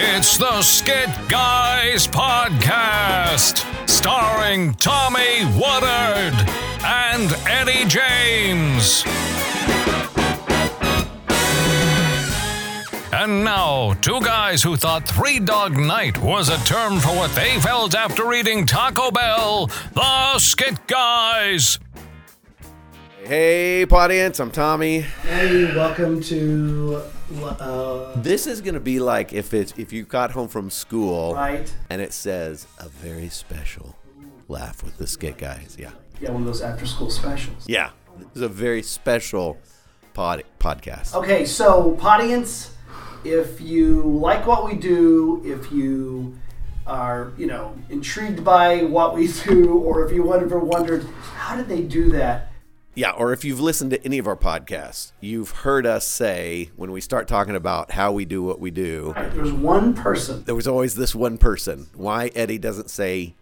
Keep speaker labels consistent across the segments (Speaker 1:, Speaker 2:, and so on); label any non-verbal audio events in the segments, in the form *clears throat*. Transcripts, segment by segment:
Speaker 1: It's the Skit Guys Podcast, starring Tommy Woodard and Eddie James. And now, two guys who thought Three Dog Night was a term for what they felt after eating Taco Bell, the Skit Guys.
Speaker 2: Hey, audience, I'm Tommy.
Speaker 3: Hey, welcome to uh,
Speaker 2: This is gonna be like if it's if you got home from school
Speaker 3: right.
Speaker 2: and it says a very special laugh with the skit guys. Yeah,
Speaker 3: Yeah, one of those after-school specials.
Speaker 2: yeah. This is a very special pod podcast.
Speaker 3: Okay, so audience, if you like what we do, if you are you know intrigued by what we do, or if you ever wondered how did they do that,
Speaker 2: Yeah, or if you've listened to any of our podcasts, you've heard us say when we start talking about how we do what we do,
Speaker 3: right, there's one person.
Speaker 2: there was always this one person. Why Eddie doesn't say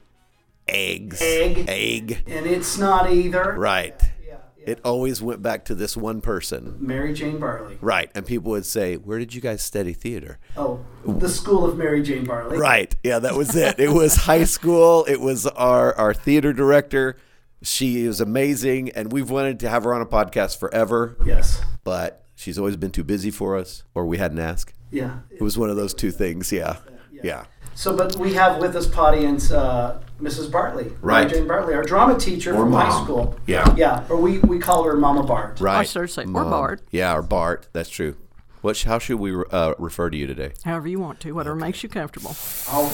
Speaker 2: eggs?
Speaker 3: Egg.
Speaker 2: Egg.
Speaker 3: And it's not either.
Speaker 2: Right.
Speaker 3: Yeah, yeah.
Speaker 2: It always went back to this one person.
Speaker 3: Mary Jane Barley.
Speaker 2: Right. And people would say, Where did you guys study theater?
Speaker 3: Oh, the school of Mary Jane Barley.
Speaker 2: Right. Yeah, that was it. It was high school. It was our, our theater director. She is amazing. And we've wanted to have her on a podcast forever,
Speaker 3: Yes.
Speaker 2: but she's always been too busy for us, or we hadn't asked.
Speaker 3: Yeah.
Speaker 2: It was one of those two things. Yeah. Yeah.
Speaker 3: So, but we have with us, audience, uh, Mrs. Bartley,
Speaker 2: Right.
Speaker 3: Mary Jane Bartley, our drama teacher from high
Speaker 2: Mom.
Speaker 3: school.
Speaker 2: Yeah.
Speaker 3: yeah, or we, we call her Mama Bart.
Speaker 2: Right.
Speaker 4: should say, or
Speaker 2: Mom.
Speaker 4: Bart.
Speaker 2: Yeah, or Bart. That's true. What, how should we uh, refer to you today?
Speaker 4: however you want to, whatever makes you comfortable.
Speaker 3: I'll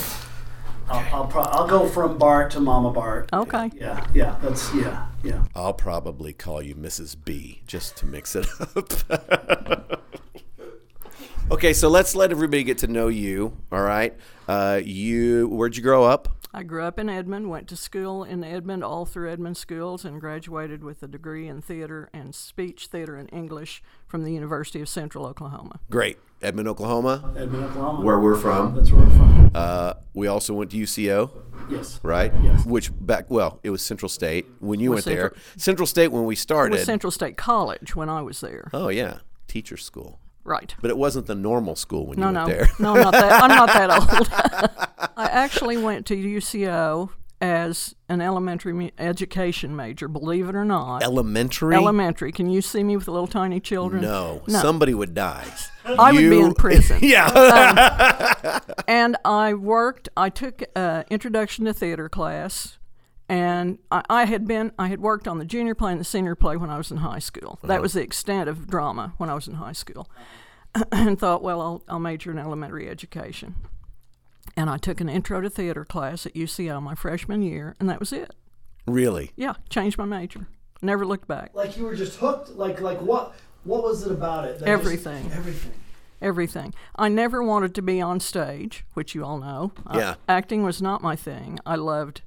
Speaker 3: I'll, I'll, pro- I'll go from Bart to Mama Bart.
Speaker 5: Oh.
Speaker 4: Okay.
Speaker 3: Yeah, yeah, that's yeah, yeah.
Speaker 2: I'll probably call you Mrs. B just to mix it up. *laughs* okay, so let's let everybody get to know you. All right, uh, you where'd you grow up?
Speaker 4: I grew up in Edmond, went to school in Edmond, all through Edmond schools, and graduated with a degree in theater and speech theater and English from the University of Central Oklahoma.
Speaker 2: Great, Edmond, Oklahoma,
Speaker 3: Edmond, Oklahoma.
Speaker 2: where we're from.
Speaker 3: That's where we're from.
Speaker 2: Uh, we also went to UCO,
Speaker 3: yes.
Speaker 2: right?
Speaker 3: Yes.
Speaker 2: Which back well, it was Central State when you went
Speaker 4: Central-
Speaker 2: there. Central State when we
Speaker 4: It was
Speaker 2: started.
Speaker 4: Central State College when I was there.
Speaker 2: oh yeah, teacher school,
Speaker 4: Right.
Speaker 2: but it wasn't the normal school when
Speaker 4: No,
Speaker 2: you
Speaker 4: no,
Speaker 2: went there. *laughs*
Speaker 4: no, not that. I'm not that old. I actually went to UCO as an elementary mu- education major. Believe it or not,
Speaker 2: Elementary.
Speaker 4: elementary. Can you see me with little tiny children?
Speaker 2: no,
Speaker 4: No.
Speaker 2: somebody would die.
Speaker 4: I would be
Speaker 2: You-
Speaker 4: in prison.
Speaker 2: *laughs* yeah.
Speaker 4: *laughs* and I worked. I took uh, introduction to theater class, and I, I had been I had worked on the junior play and the senior play when I was in high school. That was the extent of drama when I was in high school, *clears throat* and thought, well, I'll, I'll major in elementary education. And I took an intro to theater class at UCL my freshman year, and that was it.
Speaker 2: Really?
Speaker 4: Yeah, changed my major. Never looked back.
Speaker 3: Like you were just hooked. Like like what what was it about it? that just-
Speaker 4: Everything.
Speaker 3: everything.
Speaker 4: everything. I never wanted to be on stage, which you all know. I-
Speaker 2: Yeah.
Speaker 4: acting was not my thing. I loved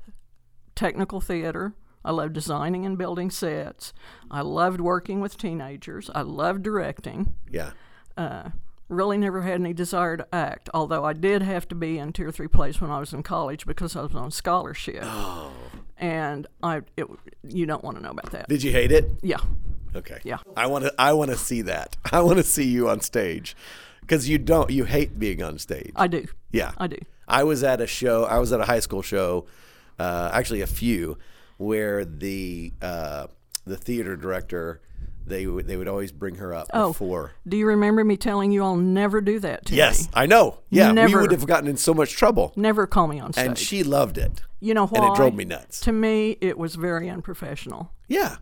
Speaker 4: technical theater. I loved designing and building sets. I loved working with teenagers. I loved directing.
Speaker 2: Yeah.
Speaker 4: Really never had any desire to act, although I did have to be in two or three plays when I was in college because I was on scholarship. Oh. And I, it, you don't want to know about that.
Speaker 2: Did you hate it?
Speaker 4: Yeah.
Speaker 2: Okay.
Speaker 4: Yeah.
Speaker 2: I want to. I want to see that. *laughs* I want to see you on stage, because you don't. You hate being on stage.
Speaker 4: I do.
Speaker 2: yeah.
Speaker 4: I do.
Speaker 2: I was at a show. I was at a high school show, uh, actually a few, where the uh, the theater director they would they would always bring her up
Speaker 4: Oh.
Speaker 2: before.
Speaker 4: Do you remember me telling you all never do that to
Speaker 2: Yes,
Speaker 4: me?
Speaker 2: I know. Yeah, we
Speaker 4: Never.
Speaker 2: would have gotten in so much trouble,
Speaker 4: Never call me on stage.
Speaker 2: and she loved it.
Speaker 4: You know why?
Speaker 2: And it drove me nuts.
Speaker 4: To me, it was very unprofessional.
Speaker 2: Yeah.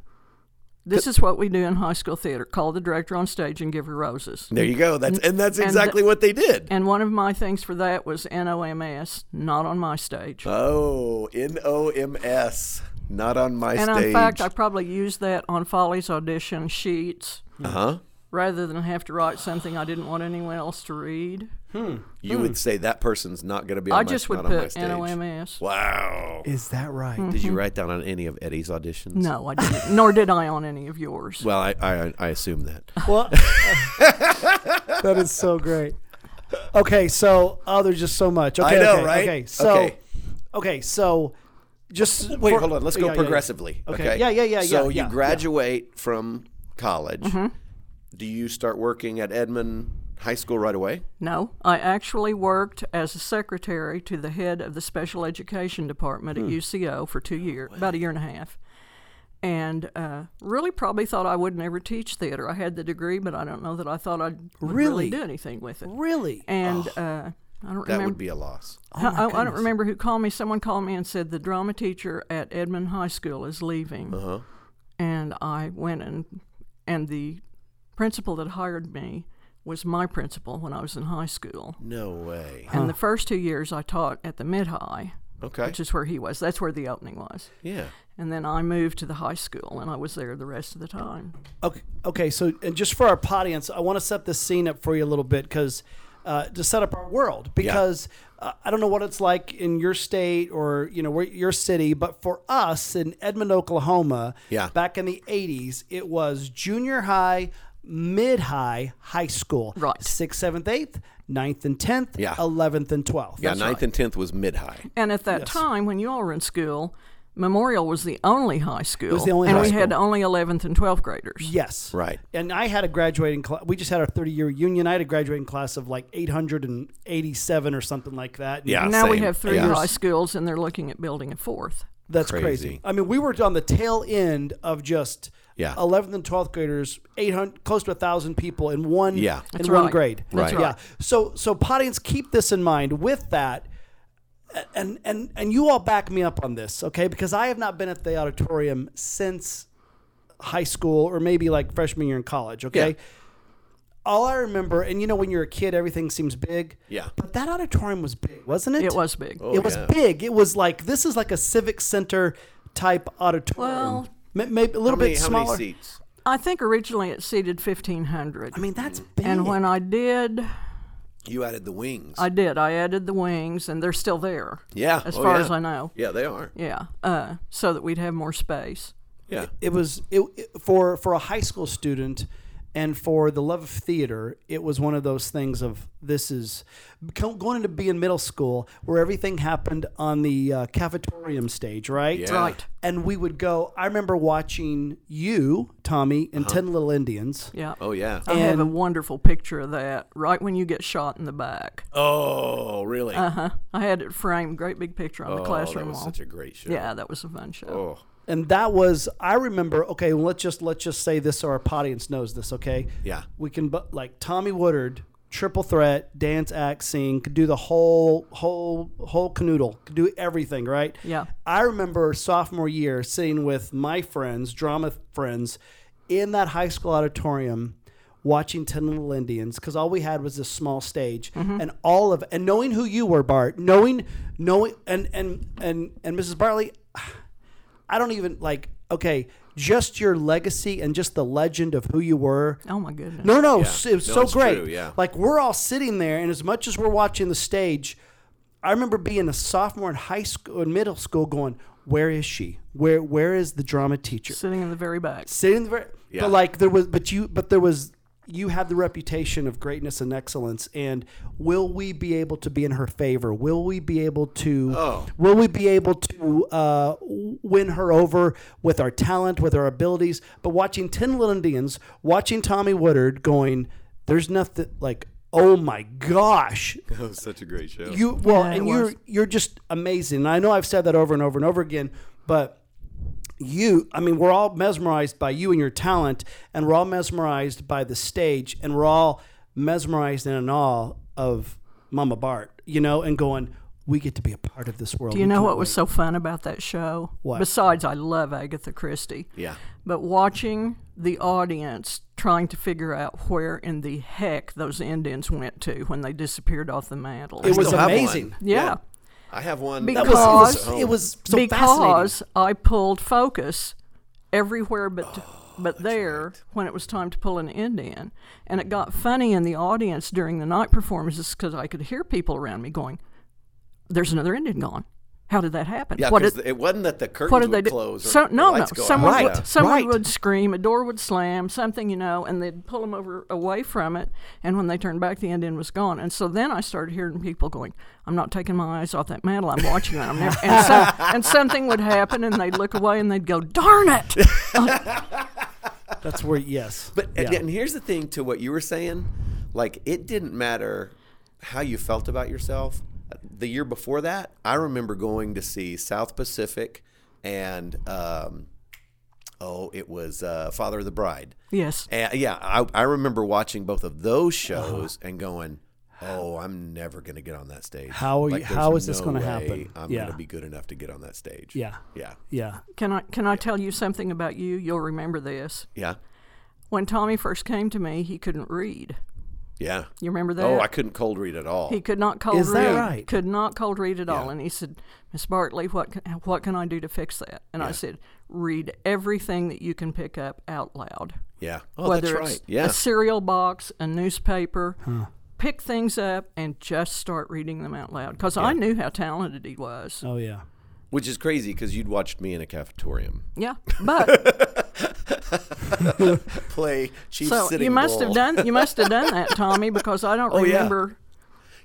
Speaker 4: This is what we do in high school theater: call the director on stage and give her roses.
Speaker 2: There you go. That's and that's
Speaker 4: And the-
Speaker 2: exactly what they did.
Speaker 4: And one of my things for that was NOMS, not on my stage.
Speaker 2: Oh, N O M S. Not on my
Speaker 4: and
Speaker 2: stage.
Speaker 4: in fact, I probably used that on Folly's audition sheets
Speaker 2: uh huh.
Speaker 4: rather than have to write something I didn't want anyone else to read.
Speaker 2: You would say that person's not going to be. On
Speaker 4: Hmm. I
Speaker 2: my,
Speaker 4: just would
Speaker 2: not on my
Speaker 4: put
Speaker 2: stage.
Speaker 4: NOMS.
Speaker 2: Wow.
Speaker 5: Is that right?
Speaker 2: Did you write down on any of Eddie's auditions?
Speaker 4: Mm-hmm. No, I didn't. Nor did I on any of yours.
Speaker 2: Well, I I, I assume that. *laughs*
Speaker 5: Well, that is so great. Okay, so oh, there's just so much. Okay,
Speaker 2: I know,
Speaker 5: okay,
Speaker 2: right?
Speaker 5: Okay, so
Speaker 2: Okay.
Speaker 5: okay, so just
Speaker 2: Wait,
Speaker 5: for-
Speaker 2: hold on. Let's
Speaker 5: yeah,
Speaker 2: go
Speaker 5: yeah, yeah.
Speaker 2: progressively.
Speaker 5: Okay. Yeah, yeah, yeah,
Speaker 2: So
Speaker 5: yeah,
Speaker 2: you
Speaker 5: yeah, yeah.
Speaker 4: Mm-hmm.
Speaker 2: graduate from college. Do you start working at Edmond high school right away?
Speaker 4: No, I actually worked as a secretary to the head of the special education department at UCO for two years, about a year and a half. And uh, really, probably thought I would never teach theater. I had the degree, but I don't know that I thought I'd would
Speaker 5: Really?
Speaker 4: really do anything with it.
Speaker 5: Really?
Speaker 4: And uh, I don't
Speaker 2: That
Speaker 4: remember.
Speaker 2: would be a loss.
Speaker 4: I, I don't remember who called me. Someone called me and said the drama teacher at Edmond High School is leaving. Uh-huh. And I went and and the principal that hired me was my principal when I was in high school.
Speaker 2: No way.
Speaker 4: And the first two years I taught at the mid high,
Speaker 2: Okay.
Speaker 4: which is where he was. That's where the opening was.
Speaker 2: yeah.
Speaker 4: And then I moved to the high school, and I was there the rest of the time.
Speaker 5: Okay, okay. So, and just for our audience, I want to set this scene up for you a little bit because uh, to set up our world, because uh, I don't know what it's like in your state or you know where, your city, but for us in Edmond, Oklahoma,
Speaker 2: Yeah.
Speaker 5: back in the '80s, it was junior high, mid high, high school,
Speaker 4: Right.
Speaker 5: sixth, seventh, eighth, ninth, and tenth,
Speaker 2: Yeah.
Speaker 5: eleventh, and twelfth.
Speaker 2: Yeah, ninth and tenth was mid high.
Speaker 4: And at that time, when you all were in school, Memorial was the only high school.
Speaker 5: the only
Speaker 4: and
Speaker 5: high
Speaker 4: we had
Speaker 5: school.
Speaker 4: only 11th and 12th graders.
Speaker 5: Yes.
Speaker 2: Right.
Speaker 5: And I had a graduating class. We just had our 30 year reunion. I had a graduating class of like 887 or something like that.
Speaker 2: Yeah.
Speaker 4: Now we
Speaker 2: same.
Speaker 4: have three
Speaker 2: Yeah.
Speaker 4: high schools, and they're looking at building a fourth.
Speaker 5: That's crazy.
Speaker 2: Crazy.
Speaker 5: I mean, we were on the tail end of just
Speaker 2: Yeah.
Speaker 5: 11th and 12th graders, 800 close to 1000 people in one
Speaker 2: Yeah.
Speaker 5: in
Speaker 4: That's
Speaker 5: one
Speaker 4: right.
Speaker 5: grade.
Speaker 2: That's Right.
Speaker 5: Yeah. So so audience keep this in mind with that a- and and and you all back me up on this, okay? Because I have not been at the auditorium since high school or maybe like freshman year in college, okay?
Speaker 2: Yeah.
Speaker 5: All I remember, and you know, when you're a kid, everything seems big.
Speaker 2: Yeah.
Speaker 5: But that auditorium was big, wasn't it?
Speaker 4: It was big.
Speaker 5: it was
Speaker 2: Oh, yeah.
Speaker 5: big. It was like this is like a civic center type auditorium.
Speaker 4: Well-
Speaker 5: Ma- maybe a
Speaker 2: How
Speaker 5: little
Speaker 2: many,
Speaker 5: bit
Speaker 2: how
Speaker 5: smaller.
Speaker 2: many seats?
Speaker 4: I think originally it seated 1,500.
Speaker 5: I mean, that's big.
Speaker 4: and when I did,
Speaker 2: You added the wings.
Speaker 4: I did. I added the wings, and they're still there.
Speaker 2: yeah.
Speaker 4: As
Speaker 2: Oh,
Speaker 4: far
Speaker 2: yeah.
Speaker 4: as I know.
Speaker 2: Yeah, they are.
Speaker 4: Yeah. Uh, so that we'd have more space.
Speaker 2: Yeah.
Speaker 5: it was it, it- for for a high school student and for the love of theater it was one of those things of this is go- going into being middle school where everything happened on the uh, cafetorium stage right
Speaker 2: Yeah.
Speaker 4: Right.
Speaker 5: and we would go i remember watching you tommy in
Speaker 2: Uh-huh.
Speaker 5: 10 little indians
Speaker 4: Yeah.
Speaker 2: Oh yeah.
Speaker 4: I have a wonderful picture of that right when you get shot in the back.
Speaker 2: Oh really? Uh-huh.
Speaker 4: I had it framed, great big picture on the
Speaker 2: Oh, that
Speaker 4: classroom
Speaker 2: was
Speaker 4: wall.
Speaker 2: such a great show.
Speaker 4: yeah, that was a fun show.
Speaker 2: Oh.
Speaker 5: and that was I remember. Okay, well, let's just let's just say this so our audience knows this. Okay,
Speaker 2: Yeah.
Speaker 5: we can but like Tommy Woodard, triple threat, dance, act, sing, could do the whole whole whole canoodle, could do everything, right?
Speaker 4: Yeah.
Speaker 5: I remember sophomore year sitting with my friends, drama friends, in that high school auditorium. Watching Ten Little Indians because all we had was this small stage, and all of and knowing who you were, Bart, knowing knowing and and and and Mrs. Bartley, I don't even like okay, just your legacy and just the legend of who you were.
Speaker 4: Oh, my goodness.
Speaker 5: No, no, s- it was
Speaker 2: No,
Speaker 5: so
Speaker 2: it's
Speaker 5: great.
Speaker 2: true, yeah.
Speaker 5: Like we're all sitting there, and as much as we're watching the stage, I remember being a sophomore in high school, in middle school, going, "Where is she? Where Where is the drama teacher?"
Speaker 4: Sitting in the very back.
Speaker 5: sitting in the very,
Speaker 2: Yeah.
Speaker 5: but like there was but you but there was you had the reputation of greatness and excellence and will we be able to be in her favor will we be able to
Speaker 2: Oh.
Speaker 5: will we be able to uh, win her over with our talent with our abilities but watching 10 little indians watching tommy woodard going there's nothing like oh my gosh
Speaker 2: *laughs* That was such a great show.
Speaker 5: you well,
Speaker 4: Yeah, it
Speaker 5: and you're
Speaker 4: was.
Speaker 5: you're just amazing. And I know I've said that over and over and over again, but you, I mean, we're all mesmerized by you and your talent, and we're all mesmerized by the stage, and we're all mesmerized in awe of Mama Bart, you know, and going, we get to be a part of this world.
Speaker 4: Do you know what was so fun about that show? What? Besides, I love Agatha Christie.
Speaker 2: yeah.
Speaker 4: But watching the audience trying to figure out where in the heck those Indians went to when they disappeared off the mantle.
Speaker 5: It was
Speaker 2: Still have
Speaker 5: amazing.
Speaker 2: one.
Speaker 4: yeah.
Speaker 2: I have one.
Speaker 4: Because-
Speaker 5: That was-
Speaker 4: Because-
Speaker 5: it was, it was so fascinating.
Speaker 4: because I pulled focus everywhere but but there when it was time to pull an end in, and it got funny in the audience during the night performances because I could hear people around me going, "There's another Indian gone. How did that happen?
Speaker 2: yeah,
Speaker 4: what
Speaker 2: 'cause
Speaker 4: did
Speaker 2: it wasn't that the curtains
Speaker 4: what did they
Speaker 2: would
Speaker 4: do?
Speaker 2: close. or
Speaker 4: So
Speaker 2: the
Speaker 4: no, no,
Speaker 2: lights go out.
Speaker 4: someone
Speaker 5: Right,
Speaker 4: would, someone
Speaker 5: right.
Speaker 4: would scream, a door would slam, something you know, and they'd pull them over away from it. And when they turned back, the Indian was gone. And so then I started hearing people going, "I'm not taking my eyes off that mantle. I'm watching it." I'm never, and,
Speaker 2: *laughs*
Speaker 4: so, and something would happen, and they'd look away and they'd go,
Speaker 2: *laughs*
Speaker 4: "Darn it!"
Speaker 5: That's where yes,
Speaker 2: But and,
Speaker 5: Yeah.
Speaker 2: and here's the thing to what you were saying, like it didn't matter how you felt about yourself. The year before that, I remember going to see South Pacific and um, oh, it was uh, Father of the Bride.
Speaker 4: Yes.
Speaker 2: And, yeah, I, I remember watching both of those shows
Speaker 5: Uh-huh.
Speaker 2: and going, "Oh, I'm never going to get on that stage.
Speaker 5: How are you-
Speaker 2: there's
Speaker 5: how is this gonna
Speaker 2: way
Speaker 5: happen?"
Speaker 2: I'm
Speaker 5: Yeah.
Speaker 2: going to be good enough to get on that stage."
Speaker 5: Yeah.
Speaker 2: yeah,
Speaker 5: Yeah.
Speaker 4: Can I can I tell you something about you? You'll remember this.
Speaker 2: yeah,
Speaker 4: When Tommy first came to me, he couldn't read.
Speaker 2: yeah.
Speaker 4: You remember that?
Speaker 2: Oh, I couldn't cold read at all.
Speaker 4: He could not cold
Speaker 5: Is that
Speaker 4: read.
Speaker 5: right?
Speaker 4: Could not cold read at all.
Speaker 2: Yeah.
Speaker 4: And he said, Miss Bartley, what can, what can I do to fix that? And I said, read everything that you can pick up out loud.
Speaker 2: yeah. Oh,
Speaker 4: Whether
Speaker 2: that's right.
Speaker 4: it's
Speaker 2: Yeah.
Speaker 4: a cereal box, a newspaper, pick things up and just start reading them out loud. Because I knew how talented he was.
Speaker 5: Oh yeah.
Speaker 2: Which is crazy because you'd watched me in a cafetorium *laughs*
Speaker 4: Yeah, but
Speaker 2: play Chief
Speaker 4: so
Speaker 2: Sitting
Speaker 4: you must have
Speaker 2: Bull.
Speaker 4: done you must have done that, Tommy, because I
Speaker 2: *laughs*
Speaker 4: don't
Speaker 2: Oh, yeah.
Speaker 4: remember.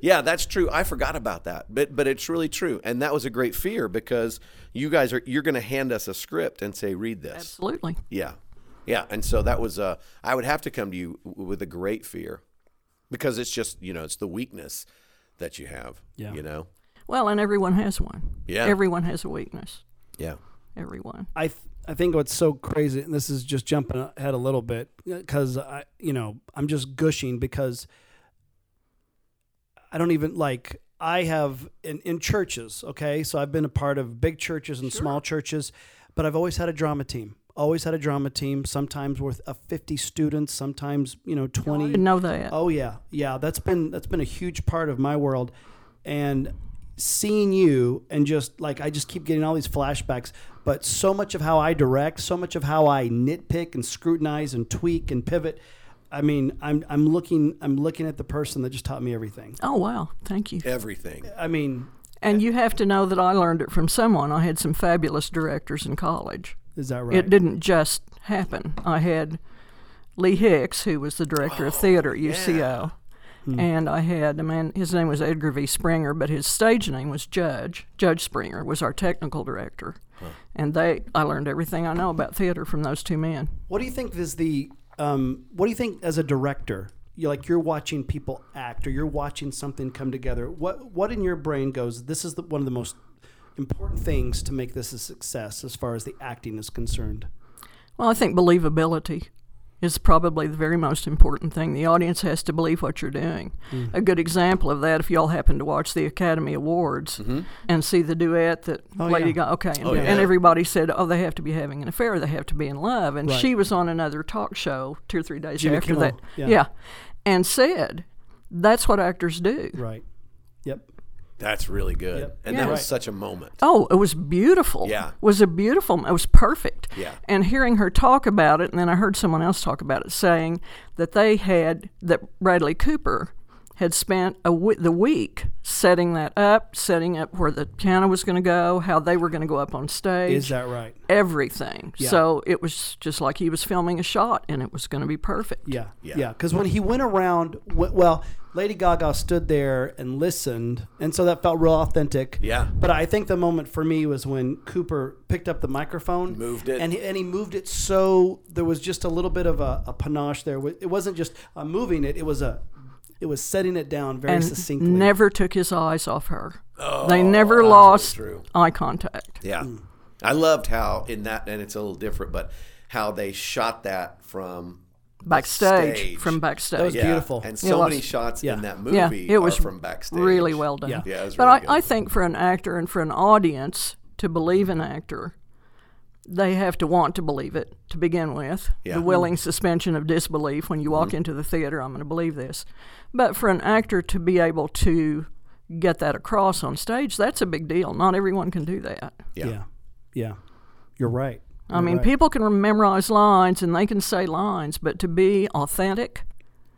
Speaker 2: Yeah, that's true. I forgot about that, but but it's really true, and that was a great fear because you guys are you're going to hand us a script and say read this.
Speaker 4: Absolutely.
Speaker 2: Yeah, yeah, and so that was uh, I would have to come to you w- with a great fear because it's just you know it's the weakness that you have.
Speaker 5: Yeah.
Speaker 2: you know.
Speaker 4: Well, and everyone has one.
Speaker 2: Yeah.
Speaker 4: Everyone has a weakness.
Speaker 2: Yeah,
Speaker 4: Everyone.
Speaker 5: I th- I think what's so crazy, and this is just jumping ahead a little bit, because I you know I'm just gushing because I don't even like I have in in churches. Okay, so I've been a part of big churches and small churches, but I've always had a drama team. Always had a drama team. Sometimes with a 50 students, sometimes you know 20.
Speaker 4: I didn't know that.
Speaker 5: Oh yeah, yeah. That's been that's been a huge part of my world, and seeing you and just like I just keep getting all these flashbacks. But so much of how I direct, so much of how I nitpick and scrutinize and tweak and pivot. I mean, I'm I'm looking I'm looking at the person that just taught me everything.
Speaker 4: Oh, wow. Thank you.
Speaker 2: everything.
Speaker 5: I mean,
Speaker 4: And you have to know that I learned it from someone. I had some fabulous directors in college.
Speaker 5: is that right?
Speaker 4: It didn't just happen. I had Lee Hicks, who was the director of theater at UCO. And I had a man, his name was Edgar V. Springer, but his stage name was Judge. Judge Springer was our technical director. And they, I learned everything I know about theater from those two men.
Speaker 5: What do you think is the um, what do you think as a director? You like you're watching people act or you're watching something come together. What what in your brain goes, this is the, one of the most important things to make this a success as far as the acting is concerned.
Speaker 4: Well, I think believability is probably the very most important thing. The audience has to believe what you're doing. A good example of that, if y'all happen to watch the Academy Awards and see the duet that Lady
Speaker 5: Oh, yeah.
Speaker 4: Gaga, okay, and,
Speaker 2: yeah.
Speaker 4: and everybody said, oh, they have to be having an affair, they have to be in love. And
Speaker 5: Right.
Speaker 4: she was on another talk show two or three days
Speaker 5: Jimmy
Speaker 4: after
Speaker 5: Kimmel,
Speaker 4: that.
Speaker 5: yeah.
Speaker 4: and said, that's what actors do.
Speaker 5: Right. Yep.
Speaker 2: That's really good, and
Speaker 4: Yeah.
Speaker 2: that was
Speaker 5: Right. Uh,
Speaker 2: such a moment.
Speaker 4: Oh, it was beautiful.
Speaker 2: Yeah.
Speaker 4: It was a beautiful, it was perfect.
Speaker 2: Yeah.
Speaker 4: And hearing her talk about it, and then I heard someone else talk about it, saying that they had, that Bradley Cooper had spent a w- the week setting that up, setting up where the piano was going to go, how they were going to go up on stage.
Speaker 5: Is that right?
Speaker 4: Everything. So it was just like he was filming a shot and it was going to be perfect.
Speaker 5: Yeah.
Speaker 2: Yeah.
Speaker 5: Yeah. Because when he went around, w- well, Lady Gaga stood there and listened, and so that felt real authentic.
Speaker 2: Yeah.
Speaker 5: But I think the moment for me was when Cooper picked up the microphone,
Speaker 2: Moved it.
Speaker 5: and he, and he moved it so there was just a little bit of a, a panache there. It wasn't just uh, moving it; it was a, it was setting it down very
Speaker 4: And
Speaker 5: succinctly.
Speaker 4: never took his eyes off her. they never lost
Speaker 2: true.
Speaker 4: eye contact.
Speaker 2: Yeah.
Speaker 5: mm.
Speaker 2: I loved how in that, and it's a little different, but how they shot that from
Speaker 4: Backstage,
Speaker 2: Stage.
Speaker 4: from backstage.
Speaker 5: was Beautiful.
Speaker 2: And
Speaker 4: It
Speaker 2: so
Speaker 4: was.
Speaker 2: many shots
Speaker 5: Yeah.
Speaker 2: in that movie
Speaker 4: Yeah, it was
Speaker 2: are from backstage.
Speaker 4: Really well done.
Speaker 5: Yeah.
Speaker 2: Yeah, it was
Speaker 4: but
Speaker 2: really
Speaker 4: I, I
Speaker 2: good.
Speaker 4: think for an actor and for an audience to believe an actor, they have to want to believe it to begin with.
Speaker 2: Yeah. Mm-hmm.
Speaker 4: The willing suspension of disbelief when you walk into the theater, I'm going to believe this. But for an actor to be able to get that across on stage, that's a big deal. Not everyone can do that.
Speaker 2: Yeah.
Speaker 5: yeah, yeah. You're right.
Speaker 4: I mean, people can memorize lines and they can say lines, but to be authentic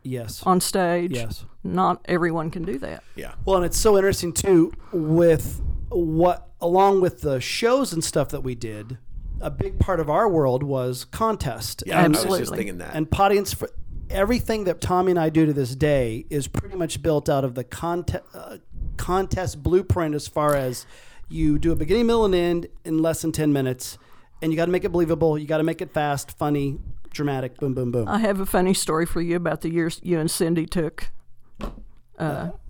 Speaker 5: Yes.
Speaker 4: on stage,
Speaker 5: Yes.
Speaker 4: not everyone can do that.
Speaker 2: Yeah.
Speaker 5: Well, and it's so interesting too with what along with the shows and stuff that we did. A big part of our world was contest.
Speaker 2: Yeah, I was just
Speaker 4: Absolutely.
Speaker 2: thinking that.
Speaker 5: And audience for everything that Tommy and I do to this day is pretty much built out of the contest uh, contest blueprint as far as you do a beginning, middle, and end in less than ten minutes, and you got to make it believable. You got to make it fast, funny, dramatic, boom, boom, boom.
Speaker 4: I have a funny story for you about the years you and Cindy took.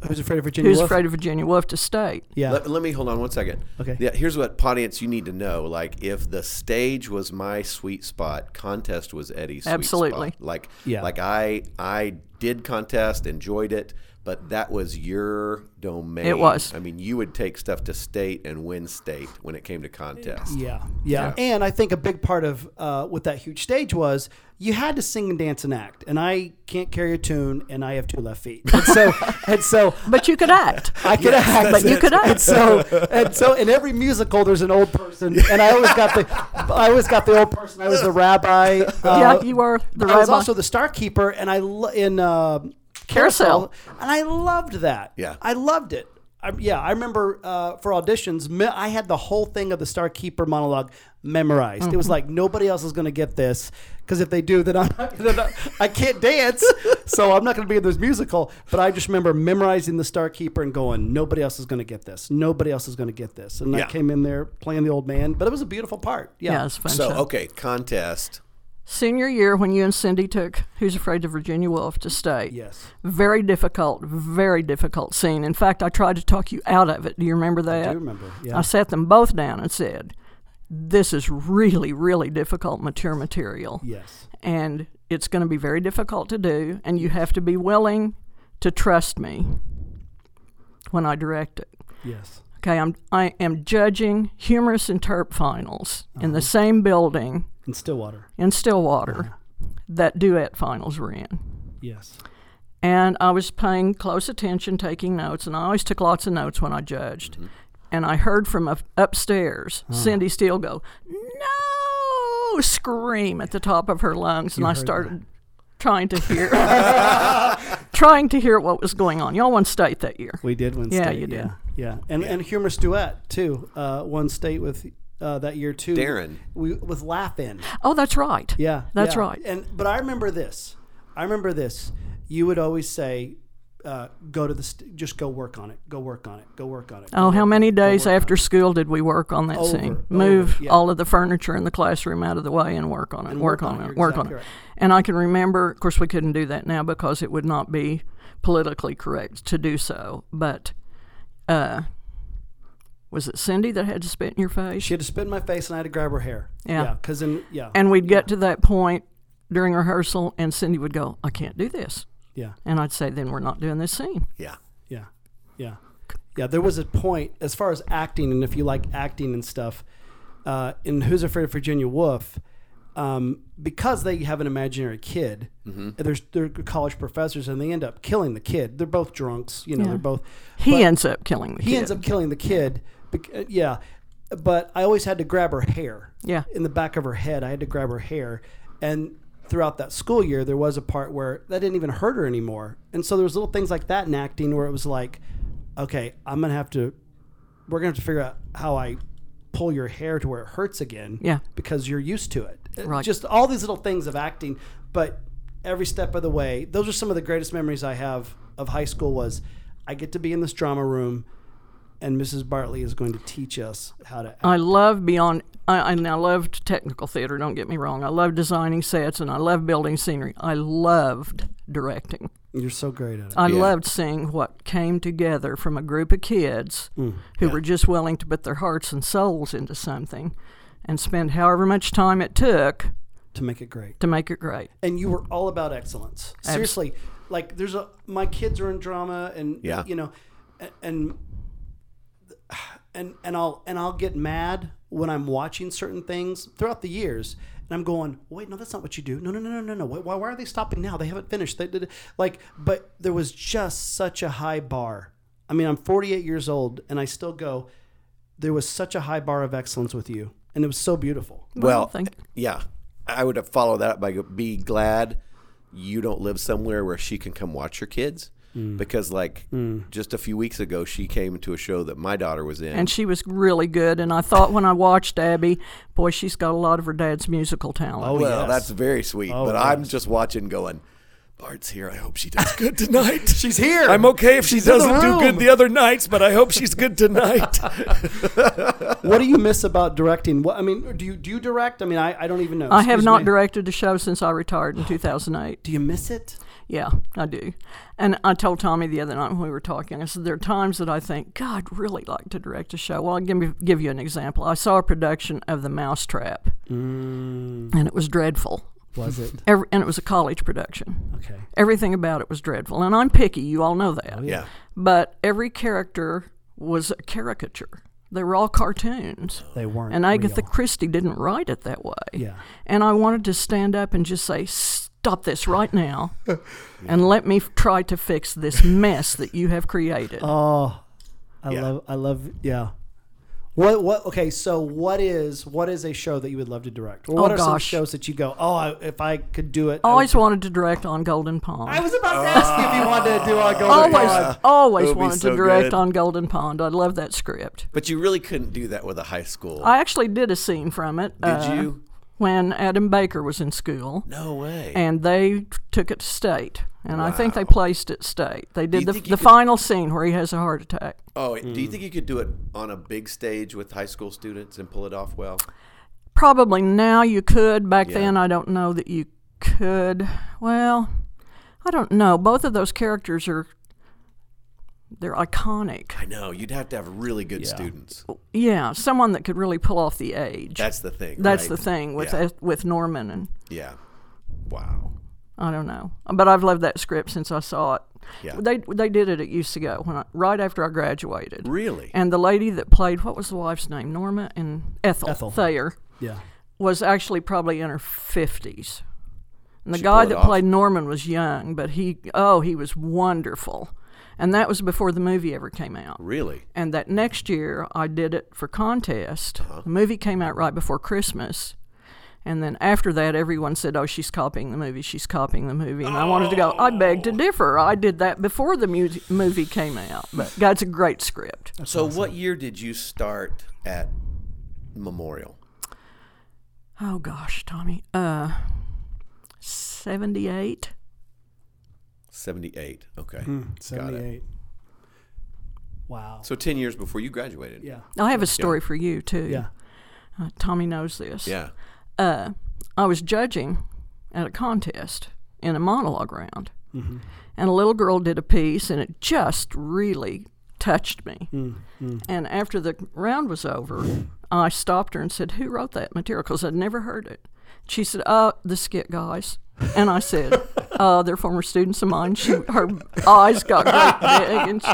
Speaker 5: Who's afraid of Virginia?
Speaker 4: Who's
Speaker 5: Woolf?
Speaker 4: afraid of Virginia Woolf to state?
Speaker 5: Yeah.
Speaker 2: Let, let me hold on one second.
Speaker 5: Okay.
Speaker 2: Yeah, here's what audience you need to know. Like, if the stage was my sweet spot, contest was Eddie's sweet
Speaker 4: Absolutely.
Speaker 2: spot. Like,
Speaker 5: Yeah.
Speaker 2: like I I did contest, enjoyed it, but that was your domain.
Speaker 4: It was.
Speaker 2: I mean, you would take stuff to state and win state when it came to contest.
Speaker 5: Yeah, yeah, and I think a big part of uh, what that huge stage was, you had to sing and dance and act. And I can't carry a tune, and I have two left feet. And
Speaker 4: *laughs*
Speaker 5: so, and so,
Speaker 4: But you
Speaker 5: *laughs*
Speaker 4: could act.
Speaker 5: I could act,
Speaker 4: But you could act.
Speaker 5: And so, and so, in every musical, there's an old person, and I always got the, I always got the old person. I was the rabbi. uh,
Speaker 4: yeah, you were the
Speaker 5: I was
Speaker 4: rabbi.
Speaker 5: also the star keeper, and I lo- in uh,
Speaker 4: Carousel.
Speaker 5: and I loved that.
Speaker 2: Yeah.
Speaker 5: I loved it. I, yeah, I remember uh, for auditions, me- I had the whole thing of the star keeper monologue memorized. It was
Speaker 4: Mm-hmm.
Speaker 5: like nobody else is going to get this because if they do, then I'm not, then I, I can't
Speaker 4: *laughs*
Speaker 5: dance, so I'm not going to be in this musical. But I just remember memorizing the star keeper and going, nobody else is going to get this. Nobody else is going to get this. And I
Speaker 2: Yeah.
Speaker 5: came in there playing the old man, but it was a beautiful part. Yeah. oh.
Speaker 4: yeah, it's fun.
Speaker 2: So,
Speaker 4: stuff.
Speaker 2: okay, contest.
Speaker 4: Senior year when you and Cindy took Who's Afraid of Virginia Woolf to state.
Speaker 5: Yes.
Speaker 4: Very difficult, very difficult scene. In fact, I tried to talk you out of it. Do you remember that?
Speaker 5: do remember, yeah.
Speaker 4: I sat them both down and said, This is really, really difficult mature material.
Speaker 5: Yes.
Speaker 4: And it's going to be very difficult to do, and you have to be willing to trust me when I direct it.
Speaker 5: Yes.
Speaker 4: Okay, I'm, I am judging humorous and terp finals in the same building
Speaker 5: In Stillwater.
Speaker 4: in Stillwater that duet finals were in.
Speaker 5: Yes.
Speaker 4: And I was paying close attention, taking notes, and I always took lots of notes when I judged.
Speaker 5: Mm-hmm.
Speaker 4: And I heard from up- upstairs Cindy Steele go, No! scream at the top of her lungs. and I started trying to
Speaker 5: *laughs*
Speaker 4: hear, trying to hear what was going on. Y'all won state that year.
Speaker 5: We did win
Speaker 4: Yeah,
Speaker 5: state.
Speaker 4: you did.
Speaker 5: Yeah, yeah. And and humorous duet too. Uh, won state with uh, that year too.
Speaker 2: Darren.
Speaker 5: we with laughing.
Speaker 4: Oh, that's right.
Speaker 5: Yeah,
Speaker 4: That's
Speaker 5: yeah.
Speaker 4: right.
Speaker 5: And but I remember this. I remember this. You would always say, uh, "Go to the st- just go work on it. Go work on it. Go work on it."
Speaker 4: Oh, how many days after school did we work on that
Speaker 5: Over,
Speaker 4: scene?
Speaker 5: over,
Speaker 4: Move
Speaker 5: yeah.
Speaker 4: all of the furniture in the classroom out of the way and work on it, work, on, it,
Speaker 5: you're
Speaker 4: work
Speaker 5: exactly
Speaker 4: on it.
Speaker 5: right.
Speaker 4: And I can remember, of course, we couldn't do that now because it would not be politically correct to do so. But uh, was it Cindy that had to spit in your face?
Speaker 5: She had to spit in my face, and I had to grab her hair.
Speaker 4: Yeah.
Speaker 5: because in yeah,
Speaker 4: and we'd get to that point during rehearsal, and Cindy would go, I can't do this.
Speaker 5: yeah.
Speaker 4: And I'd say, then we're not doing this scene.
Speaker 2: Yeah.
Speaker 5: Yeah. Yeah. Yeah. There was a point as far as acting, and if you like acting and stuff, uh, in Who's Afraid of Virginia Woolf, um, because they have an imaginary kid, and there's they're college professors, and they end up killing the kid. They're both drunks, you know. They're both.
Speaker 4: He
Speaker 5: but
Speaker 4: ends up killing the
Speaker 5: he
Speaker 4: kid.
Speaker 5: ends up killing the kid. bec- uh, Yeah, but I always had to grab her hair.
Speaker 4: Yeah.
Speaker 5: in the back of her head, I had to grab her hair, and throughout that school year, there was a part where that didn't even hurt her anymore. And so there was little things like that in acting where it was like, okay, I'm gonna have to, we're gonna have to figure out how I pull your hair to where it hurts again.
Speaker 4: Yeah.
Speaker 5: because you're used to it. Uh,
Speaker 4: Right.
Speaker 5: Just all these little things of acting, but every step of the way, those are some of the greatest memories I have of high school. Was I get to be in this drama room and Mrs. Bartley is going to teach us how to act.
Speaker 4: I love beyond. I, and I loved technical theater. Don't get me wrong. I love designing sets and I love building scenery. I loved directing.
Speaker 5: You're so great at it.
Speaker 4: I loved seeing what came together from a group of kids
Speaker 5: Mm,
Speaker 4: who were just willing to put their hearts and souls into something, and spend however much time it took
Speaker 5: to make it great.
Speaker 4: to make it great.
Speaker 5: And you were all about excellence. Seriously, like there's a my kids are in drama and
Speaker 2: Yeah.
Speaker 5: you know a- and and and I'll and I'll get mad when I'm watching certain things throughout the years and I'm going, "Wait, no, that's not what you do. No, no, no, no, no, no. Why, why why are they stopping now? They haven't finished." They did like but there was just such a high bar. I mean, I'm 48 years old and I still go, "There was such a high bar of excellence with you." And it was so beautiful.
Speaker 2: Well,
Speaker 4: thank you.
Speaker 2: yeah, I would have followed that up by go- be glad you don't live somewhere where she can come watch your kids.
Speaker 6: Mm.
Speaker 2: Because like just a few weeks ago, she came to a show that my daughter was in.
Speaker 4: And she was really good. And I thought when I watched Abby, boy,
Speaker 5: Oh,
Speaker 6: Oh,
Speaker 4: she's got a lot of her dad's musical talent.
Speaker 2: well, that's very sweet. but I'm just watching, going,
Speaker 6: Bart's here. I hope she does *laughs* good tonight.
Speaker 5: She's here.
Speaker 6: I'm okay if she
Speaker 5: She's in the
Speaker 6: doesn't do
Speaker 5: room.
Speaker 6: good the other nights, but I hope she's good tonight.
Speaker 5: *laughs* What do you miss about directing? What I mean, do you do you direct? I mean, I, I don't even know.
Speaker 4: I have
Speaker 5: Excuse
Speaker 4: not
Speaker 5: me.
Speaker 4: directed a show since I retired
Speaker 5: *sighs*
Speaker 4: in 2008.
Speaker 5: Do you miss it?
Speaker 4: Yeah, I do. And I told Tommy the other night when we were talking, I said, There are times that I think, God, I'd really like to direct a show. Well, I'll give, me, give you an example. I saw a production of The Mousetrap, and it was dreadful.
Speaker 5: Was it
Speaker 4: Every, and it was a college production.
Speaker 5: okay?
Speaker 4: Everything about it was dreadful. And I'm picky, you all know that.
Speaker 2: Yeah.
Speaker 4: But every character was a caricature, they were all cartoons.
Speaker 5: They weren't.
Speaker 4: And Agatha
Speaker 5: real.
Speaker 4: Christie didn't write it that way.
Speaker 5: Yeah.
Speaker 4: And I wanted to stand up and just say, stop this
Speaker 2: *laughs*
Speaker 4: right now and let me f- try to fix this mess that you have created.
Speaker 5: Oh, I
Speaker 2: Yeah.
Speaker 5: love. I love. Yeah. What what okay so what is what is a show that you would love to direct? Or
Speaker 4: Oh,
Speaker 5: what are some
Speaker 4: gosh. Oh,
Speaker 5: shows that you go, "Oh, I, if I could do it." I
Speaker 4: always
Speaker 5: would
Speaker 4: wanted to direct on Golden Pond.
Speaker 5: do it." I was about to ask you if you wanted to do on Golden
Speaker 4: always,
Speaker 5: Pond.
Speaker 2: Oh It
Speaker 4: always
Speaker 2: would be
Speaker 4: wanted
Speaker 2: so
Speaker 4: to direct
Speaker 2: good.
Speaker 4: on Golden Pond. I love that script.
Speaker 2: But you really couldn't do that with a high school.
Speaker 4: I actually did a scene from it. uh,
Speaker 2: Did you?
Speaker 4: When Adam Baker was in school.
Speaker 2: No way.
Speaker 4: and they took it to state. And I think they placed it state. They
Speaker 2: you
Speaker 4: did the,
Speaker 2: think you
Speaker 4: the
Speaker 2: could-
Speaker 4: final scene where he has a heart attack.
Speaker 2: oh, do you
Speaker 6: Mm.
Speaker 2: think you could do it on a big stage with high school students and pull it off well?
Speaker 4: Probably now you could. Back then, I don't know that you could. Well, I don't know. Both of those characters are they're iconic.
Speaker 2: I know. You'd have to have really good students.
Speaker 4: Yeah, someone that could really pull off the age.
Speaker 2: That's the thing.
Speaker 4: That's
Speaker 2: right?
Speaker 4: the thing with
Speaker 2: Yeah.
Speaker 4: with Norman and
Speaker 2: Yeah. Wow.
Speaker 4: I don't know, but I've loved that script since I saw it.
Speaker 2: Yeah.
Speaker 4: They they did it at UCO when I, right after I graduated.
Speaker 2: Really?
Speaker 4: And the lady that played what was the wife's name? Norma and Ethel,
Speaker 5: Ethel.
Speaker 4: Thayer
Speaker 5: Yeah.
Speaker 4: was actually probably in her fifties. And the
Speaker 2: She
Speaker 4: guy
Speaker 2: pulled it
Speaker 4: that
Speaker 2: off.
Speaker 4: played Norman was young, but he oh he was wonderful, and that was before the movie ever came out.
Speaker 2: Really?
Speaker 4: And that next year I did it for contest. The movie came out right before Christmas. And then after that, everyone said, "Oh, she's copying the movie. She's copying the movie." And I wanted to go. I beg to differ. I did that before the mu- movie came out. But that's a great script.
Speaker 2: so, what year did you start at Memorial?
Speaker 4: Oh gosh, Tommy. Uh, seventy-eight.
Speaker 2: 78. Okay. Got it.
Speaker 5: 78. Wow.
Speaker 2: So, 10 years before you graduated.
Speaker 5: yeah.
Speaker 4: I have a story for you too.
Speaker 5: Yeah.
Speaker 4: Uh, Tommy knows this.
Speaker 2: Yeah.
Speaker 4: I was judging at a contest in a monologue round,
Speaker 2: Mm-hmm.
Speaker 4: and a little girl did a piece, and it just really touched me.
Speaker 2: Mm-hmm.
Speaker 4: And after the round was over, I stopped her and said, "Who wrote that material?" Because I'd never heard it. She said, "Uh, the skit guys." And I said,
Speaker 2: *laughs*
Speaker 4: "Uh, they're former students of mine." She, her eyes got
Speaker 2: *laughs*
Speaker 4: great big, and she,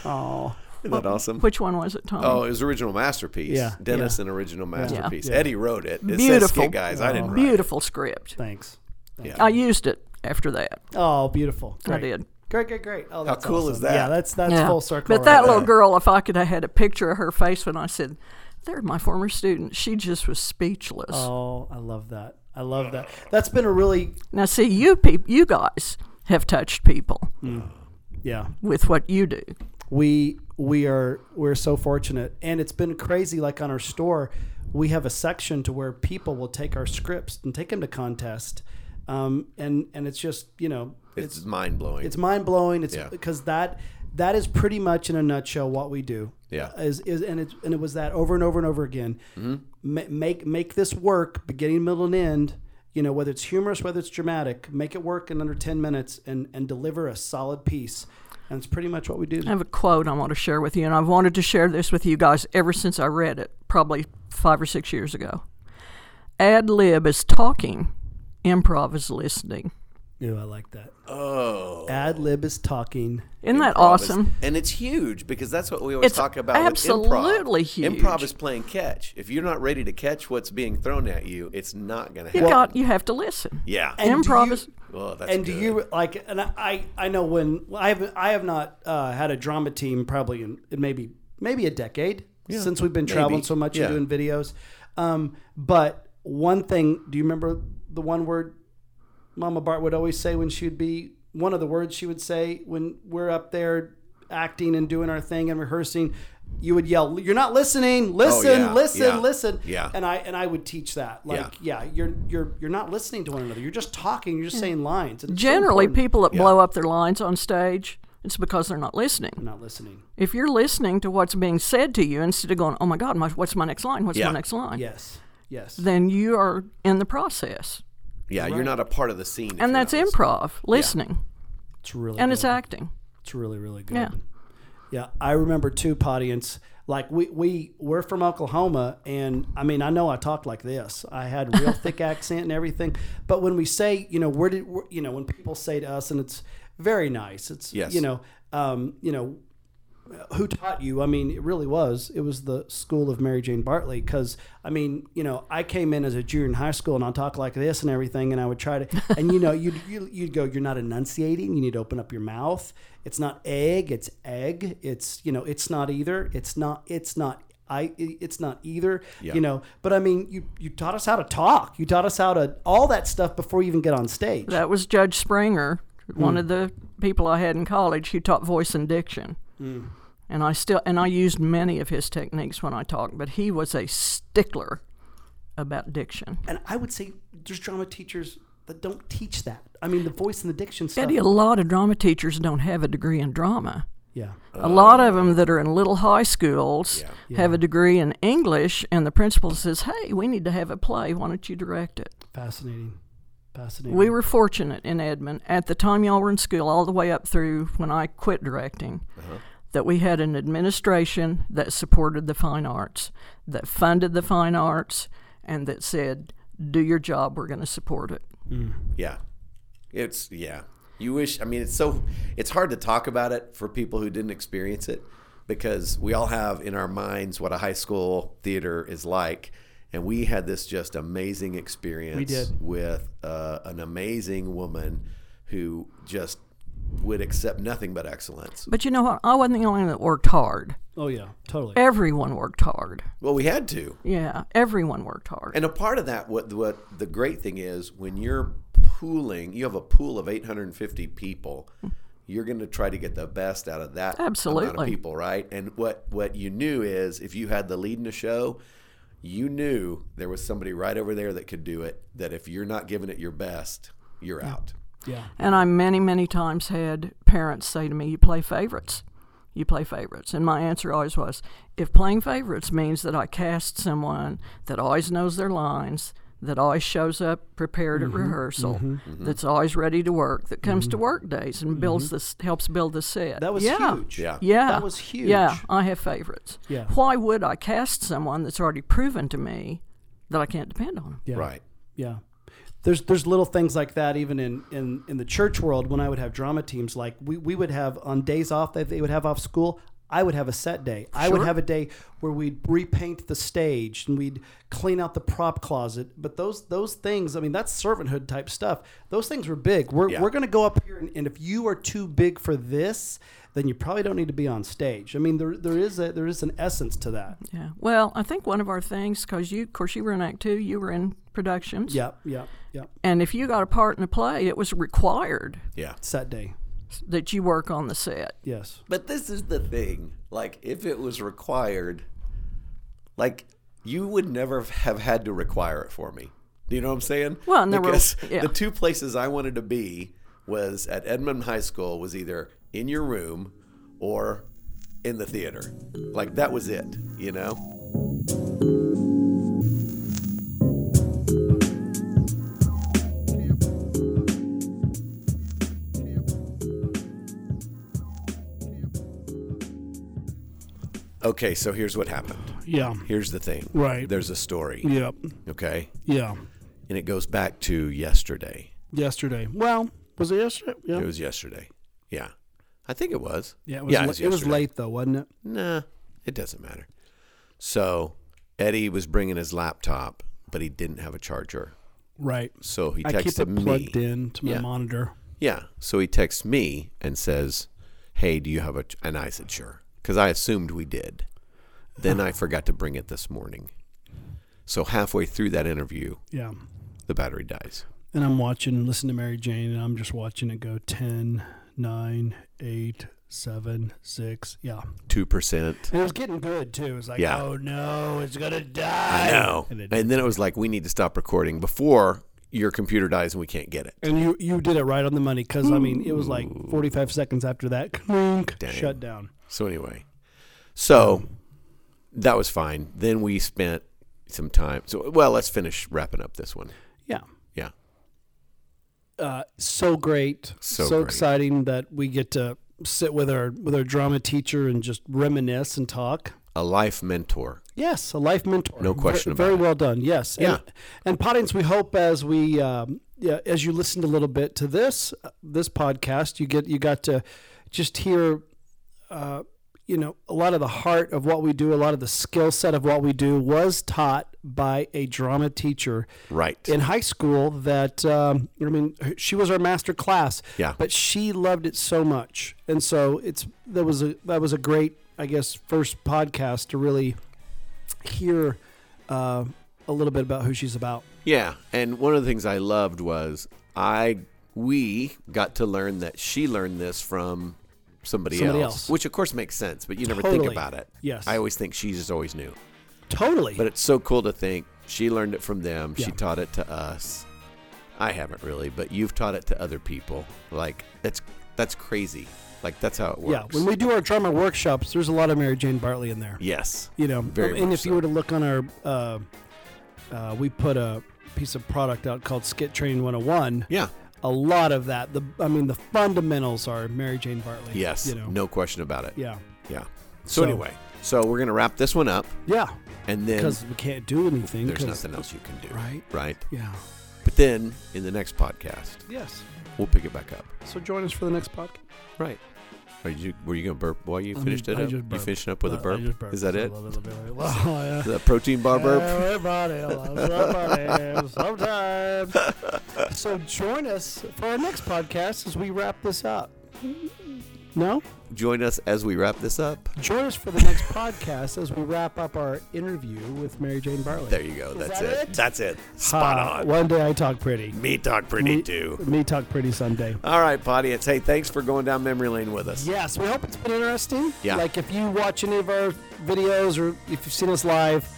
Speaker 2: Isn't that awesome?
Speaker 4: which one was it, Tommy?
Speaker 2: Oh, it was original masterpiece.
Speaker 5: Yeah.
Speaker 2: Dennis and original masterpiece.
Speaker 5: Yeah.
Speaker 2: Eddie wrote it. It says
Speaker 4: Beautiful.
Speaker 2: skit guys. I
Speaker 4: Oh.
Speaker 2: didn't write it.
Speaker 4: Beautiful script.
Speaker 5: Thanks.
Speaker 4: I used it after that.
Speaker 5: Oh, beautiful. Great.
Speaker 4: did.
Speaker 5: Great, great, great. Oh, that's
Speaker 2: cool
Speaker 5: awesome.
Speaker 2: is that?
Speaker 5: Yeah, that's that's
Speaker 4: Yeah.
Speaker 5: full circle.
Speaker 4: But
Speaker 5: right
Speaker 4: that
Speaker 5: there.
Speaker 4: little girl, if I could have had a picture of her face when I said, "They're my former student," she just was speechless.
Speaker 5: Oh, I love that. I love that. That's been a really
Speaker 4: Now, see, you peop- you guys have touched people
Speaker 5: yeah.
Speaker 4: with what you do.
Speaker 5: we we are we're so fortunate and it's been crazy like on our store we have a section to where people will take our scripts and take them to contest um, and and it's just you know
Speaker 2: It's, mind blowing.
Speaker 5: it's mind blowing it's
Speaker 2: Yeah.
Speaker 5: because that that is pretty much in a nutshell what we do
Speaker 2: Yeah.
Speaker 5: is, is and it and it was that over and over and over again Ma- make make this work beginning middle and end you know whether it's humorous whether it's dramatic make it work in under 10 minutes and and deliver a solid piece and it's pretty much what we do
Speaker 4: I have a quote I want to share with you, and I've wanted to share this with you guys ever since I read it, probably five or six years ago. Ad lib is talking, improv is listening.
Speaker 5: Ew, I like that.
Speaker 2: oh.
Speaker 5: Ad lib is talking.
Speaker 4: Isn't that
Speaker 2: improv is-
Speaker 4: awesome?
Speaker 2: and it's huge because that's what we always
Speaker 4: It's
Speaker 2: talk about.
Speaker 4: absolutely
Speaker 2: with improv.
Speaker 4: huge.
Speaker 2: Improv is playing catch. If you're not ready to catch what's being thrown at you, it's not going to
Speaker 4: You
Speaker 2: happen.
Speaker 4: got you have to listen.
Speaker 2: yeah.
Speaker 5: And do
Speaker 4: improv
Speaker 5: you-
Speaker 4: is
Speaker 2: oh, that's
Speaker 5: and do
Speaker 2: good.
Speaker 5: you like? And I, I know when I have I have not uh, had a drama team probably in, in maybe maybe a decade since we've been traveling so much
Speaker 2: Yeah.
Speaker 5: and doing videos. Um, but one thing, do you remember the one word Mama Bart would always say when she'd be one of the words she would say when we're up there acting and doing our thing and rehearsing you would yell, "You're not listening! Listen,
Speaker 2: Oh, yeah,
Speaker 5: listen,
Speaker 2: yeah,
Speaker 5: listen!"
Speaker 2: yeah.
Speaker 5: and I and I would teach that, like, yeah. you're you're you're not listening to one another. You're just talking. You're just saying lines. It's so
Speaker 4: Generally,
Speaker 5: important.
Speaker 4: people that blow up their lines on stage, it's because they're not listening.
Speaker 5: not listening.
Speaker 4: If you're listening to what's being said to you instead of going, "Oh my God, my, what's my next line? What's
Speaker 2: Yeah.
Speaker 4: my next line?"
Speaker 5: Yes, yes.
Speaker 4: then you are in the process,
Speaker 2: Yeah, you're not a part of the scene. if you're
Speaker 4: and that's
Speaker 2: not listening.
Speaker 4: improv, listening,
Speaker 5: It's really
Speaker 4: and
Speaker 5: good.
Speaker 4: it's acting.
Speaker 5: It's really really good.
Speaker 4: Yeah.
Speaker 5: Yeah, I remember too, audience. Like we we we're from Oklahoma, and I mean I know I talked like this. I had real
Speaker 4: *laughs*
Speaker 5: thick accent and everything. But when we say, you know, where did where- you know when people say to us, and it's very nice. It's
Speaker 2: Yes.
Speaker 5: you know, um, you know, who taught you? I mean, it really was. It was the school of Mary Jane Bartley. Because I mean, you know, I came in as a junior in high school, and I'll talk like this and everything, and I would try to, and you know, you'd you, you'd go, you're not enunciating. You need to open up your mouth. It's not egg. It's egg. It's you know, it's not either. It's not. It's not. I. It's not either. You know. But I mean, you you taught us how to talk. You taught us how to all that stuff before you even get on stage.
Speaker 4: That was Judge Springer,
Speaker 2: Hmm.
Speaker 4: one of the people I had in college who taught voice and diction.
Speaker 2: Hmm.
Speaker 4: And I still and I used many of his techniques when I talked, but he was a stickler about diction.
Speaker 2: Uh,
Speaker 5: and I would say there's drama teachers that don't teach that. I mean, the voice and the diction stuff.
Speaker 4: Eddie, a lot of drama teachers don't have a degree in drama.
Speaker 5: Yeah.
Speaker 4: a lot of them that are in little high schools have a degree in English, and the principal says, "Hey, we need to have a play. Why don't you direct it?"
Speaker 5: Fascinating. Fascinating.
Speaker 4: We were fortunate in Edmond at the time y'all were in school, all the way up through when I quit directing, that we had an administration that supported the fine arts, that funded the fine arts, and that said, "Do your job. We're going to support it."
Speaker 2: Yeah, it's yeah. You wish. I mean, it's so. It's hard to talk about it for people who didn't experience it because we all have in our minds what a high school theater is like. And we had this just amazing experience
Speaker 5: did.
Speaker 2: with uh, an amazing woman who just would accept nothing but excellence.
Speaker 4: But you know what? I wasn't the only one that worked hard.
Speaker 5: Oh yeah, totally.
Speaker 4: Everyone worked hard.
Speaker 2: Well, we had to.
Speaker 4: Yeah, everyone worked hard.
Speaker 2: And a part of that, what what the great thing is, when you're pooling, you have a pool of 850 people. You're going to try to get the best out of that amount of
Speaker 4: Absolutely.
Speaker 2: people, right? And what what you knew is, if you had the lead in the show, you knew there was somebody right over there that could do it. That if you're not giving it your best, you're out.
Speaker 5: yeah.
Speaker 4: And I many, many times had parents say to me, You play favorites. You play favorites. And my answer always was, If playing favorites means that I cast someone that always knows their lines, that always shows up prepared
Speaker 5: Mm-hmm.
Speaker 4: at rehearsal, that's always ready to work, that comes to work days and builds this, helps build the set.
Speaker 5: Mm-hmm. That was
Speaker 4: yeah.
Speaker 5: huge.
Speaker 2: Yeah.
Speaker 4: Yeah.
Speaker 5: That was huge.
Speaker 4: Yeah, I have favorites.
Speaker 5: Yeah.
Speaker 4: Why would I cast someone that's already proven to me that I can't depend on?
Speaker 5: Yeah.
Speaker 2: Right.
Speaker 5: Yeah. There's there's little things like that even in, in, in the church world when I would have drama teams like we, we would have on days off that they would have off school I would have a set day. I would have a day where we'd repaint the stage and we'd clean out the prop closet. But those those things, I mean, that's servanthood type stuff. Those things were big. We're,
Speaker 2: Yeah.
Speaker 5: we're going to go up here, and, and if you are too big for this, then you probably don't need to be on stage. I mean, there, there is a there is an essence to that.
Speaker 4: Yeah. Well, I think one of our things, because you, of course, you were in Act Two, you were in productions.
Speaker 5: Yep, yep, yep.
Speaker 4: And if you got a part in a play, it was required
Speaker 2: Yeah.
Speaker 5: Set day.
Speaker 4: that you work on the set.
Speaker 5: Yes.
Speaker 2: But this is the thing. Like, if it was required, like, you would never have had to require it for me. Do you know what I'm saying?
Speaker 4: Well, and there were-
Speaker 2: because
Speaker 4: yeah.
Speaker 2: the two places I wanted to be was at Edmond High School was either in your room or in the theater. Like that was it, you know? Okay, so here's what happened.
Speaker 6: Yeah.
Speaker 2: Here's the thing.
Speaker 6: Right.
Speaker 2: There's a story.
Speaker 6: Yep.
Speaker 2: Okay.
Speaker 6: Yeah.
Speaker 2: And it goes back to yesterday.
Speaker 6: Yesterday. Well, was it yesterday? Yeah.
Speaker 2: It was yesterday. Yeah. I think it was.
Speaker 5: Yeah, it was, la- it was
Speaker 2: yesterday.
Speaker 5: late though, wasn't it?
Speaker 2: Nah, it doesn't matter. So Eddie was bringing his laptop, but he didn't have a charger.
Speaker 6: right.
Speaker 2: So he
Speaker 6: I
Speaker 2: texted
Speaker 6: keep it
Speaker 2: me.
Speaker 6: plugged in to my
Speaker 2: Yeah.
Speaker 6: monitor.
Speaker 2: Yeah. So he texts me and says, "Hey, do you have a?" ch-" And I said, "Sure," because I assumed we did. Then I forgot to bring it this morning. So halfway through that interview,
Speaker 6: Yeah.
Speaker 2: the battery dies.
Speaker 6: And I'm watching, listen to Mary Jane, and I'm just watching it go 10, 9, 8,
Speaker 5: seven, six. Yeah.
Speaker 6: *laughs*
Speaker 2: two percent.
Speaker 5: And it was getting good too. It was like,
Speaker 2: Yeah.
Speaker 5: oh no, it's gonna die.
Speaker 2: I know.
Speaker 5: And, it,
Speaker 2: And then it was like, we need to stop recording before your computer dies and we can't get it.
Speaker 5: and you you did it right on the money because I mean it was like 45 seconds after that, clunk,
Speaker 2: Dang.
Speaker 5: shut down.
Speaker 2: So anyway, so that was fine. Then we spent some time. So well, let's finish wrapping up this one.
Speaker 5: Yeah.
Speaker 2: Yeah.
Speaker 5: Uh, so great,
Speaker 2: So
Speaker 5: so,
Speaker 2: great.
Speaker 5: exciting that we get to sit with our with our drama teacher and just reminisce and talk.
Speaker 2: A life mentor.
Speaker 5: Yes, a life mentor.
Speaker 2: No question
Speaker 5: Very,
Speaker 2: about
Speaker 5: very well done. Yes.
Speaker 2: Yeah.
Speaker 5: And, and Potting's, we hope as we um, yeah, as you listened a little bit to this uh, this podcast, you get you got to just hear. Uh, you know, a lot of the heart of what we do, a lot of the skill set of what we do was taught by a drama teacher
Speaker 2: Right.
Speaker 5: in high school that um, I mean she was our master class.
Speaker 2: Yeah.
Speaker 5: But she loved it so much, and so it's that was a that was a great I guess first podcast to really hear uh, a little bit about who she's about.
Speaker 2: Yeah, and one of the things I loved was I we got to learn that she learned this from somebody,
Speaker 5: Somebody
Speaker 2: else,
Speaker 5: else.
Speaker 2: which of course makes sense, but you never think
Speaker 5: Totally.
Speaker 2: about it.
Speaker 5: Yes.
Speaker 2: I always think she just always knew,
Speaker 5: Totally.
Speaker 2: but it's so cool to think she learned it from them. She
Speaker 5: Yeah.
Speaker 2: taught it to us. I haven't really, but you've taught it to other people. Like that's that's crazy. Like that's how it
Speaker 5: yeah.
Speaker 2: works.
Speaker 5: When we do our drama workshops, there's a lot of Mary Jane Bartley in there.
Speaker 2: yes,
Speaker 5: You know,
Speaker 2: Very
Speaker 5: and
Speaker 2: much
Speaker 5: if you
Speaker 2: so.
Speaker 5: were to look on our, uh, uh, we put a piece of product out called Skit oh Training 101.
Speaker 2: yeah,
Speaker 5: a lot of that. The I mean, the fundamentals are Mary Jane Bartley.
Speaker 2: yes,
Speaker 5: you know,
Speaker 2: no question about it.
Speaker 5: yeah,
Speaker 2: yeah. So,
Speaker 5: So-
Speaker 2: anyway, so we're gonna wrap this one up,
Speaker 5: yeah,
Speaker 2: and then
Speaker 5: because we can't do anything.
Speaker 2: there's
Speaker 5: 'cause-
Speaker 2: nothing else you can do.
Speaker 5: right?
Speaker 2: Right.
Speaker 5: Yeah.
Speaker 2: But then in the next podcast,
Speaker 5: Yes.
Speaker 2: we'll pick it back up.
Speaker 5: So join us for the next podcast.
Speaker 2: Right. Are you were you gonna burp while you
Speaker 5: I
Speaker 2: finished
Speaker 5: mean,
Speaker 2: it
Speaker 5: I
Speaker 2: up?
Speaker 5: just
Speaker 2: You
Speaker 5: burped.
Speaker 2: finishing up with a
Speaker 5: Uh, I
Speaker 2: burp?
Speaker 5: just burped,
Speaker 2: Is that
Speaker 5: so
Speaker 2: it?
Speaker 5: a little bit
Speaker 2: *laughs*
Speaker 5: like, well, yeah.
Speaker 2: Is that protein
Speaker 5: *laughs*
Speaker 2: bar burp?
Speaker 5: Everybody loves
Speaker 2: *laughs*
Speaker 5: somebody sometimes. So join us for our next podcast as we wrap this up. No?
Speaker 2: Join us as we wrap this up.
Speaker 5: Join us for the next podcast as we wrap up our interview with Mary Jane Bartley.
Speaker 2: There you go. That's
Speaker 5: that
Speaker 2: it?
Speaker 5: it?
Speaker 2: That's it. Spot
Speaker 5: Ah,
Speaker 2: on.
Speaker 5: One day I talk pretty.
Speaker 2: Me talk pretty
Speaker 5: Me-
Speaker 2: too.
Speaker 5: Me talk pretty someday.
Speaker 2: All right, audience. Hey, thanks for going down memory lane with us.
Speaker 5: Yes, we hope it's been interesting.
Speaker 2: Yeah.
Speaker 5: Like if you watch any of our videos or if you've seen us live,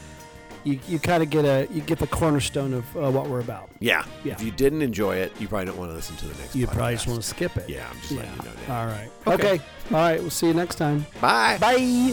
Speaker 5: you, you kind of get a you get the cornerstone of uh, what we're about.
Speaker 2: Yeah.
Speaker 5: Yeah.
Speaker 2: If you didn't enjoy it, you probably don't want to listen to the next
Speaker 5: You probably just
Speaker 2: podcast.
Speaker 5: want to skip it.
Speaker 2: Yeah, I'm just letting you know that.
Speaker 5: All right. Okay. All right. We'll see you next time.
Speaker 2: Bye.
Speaker 5: Bye.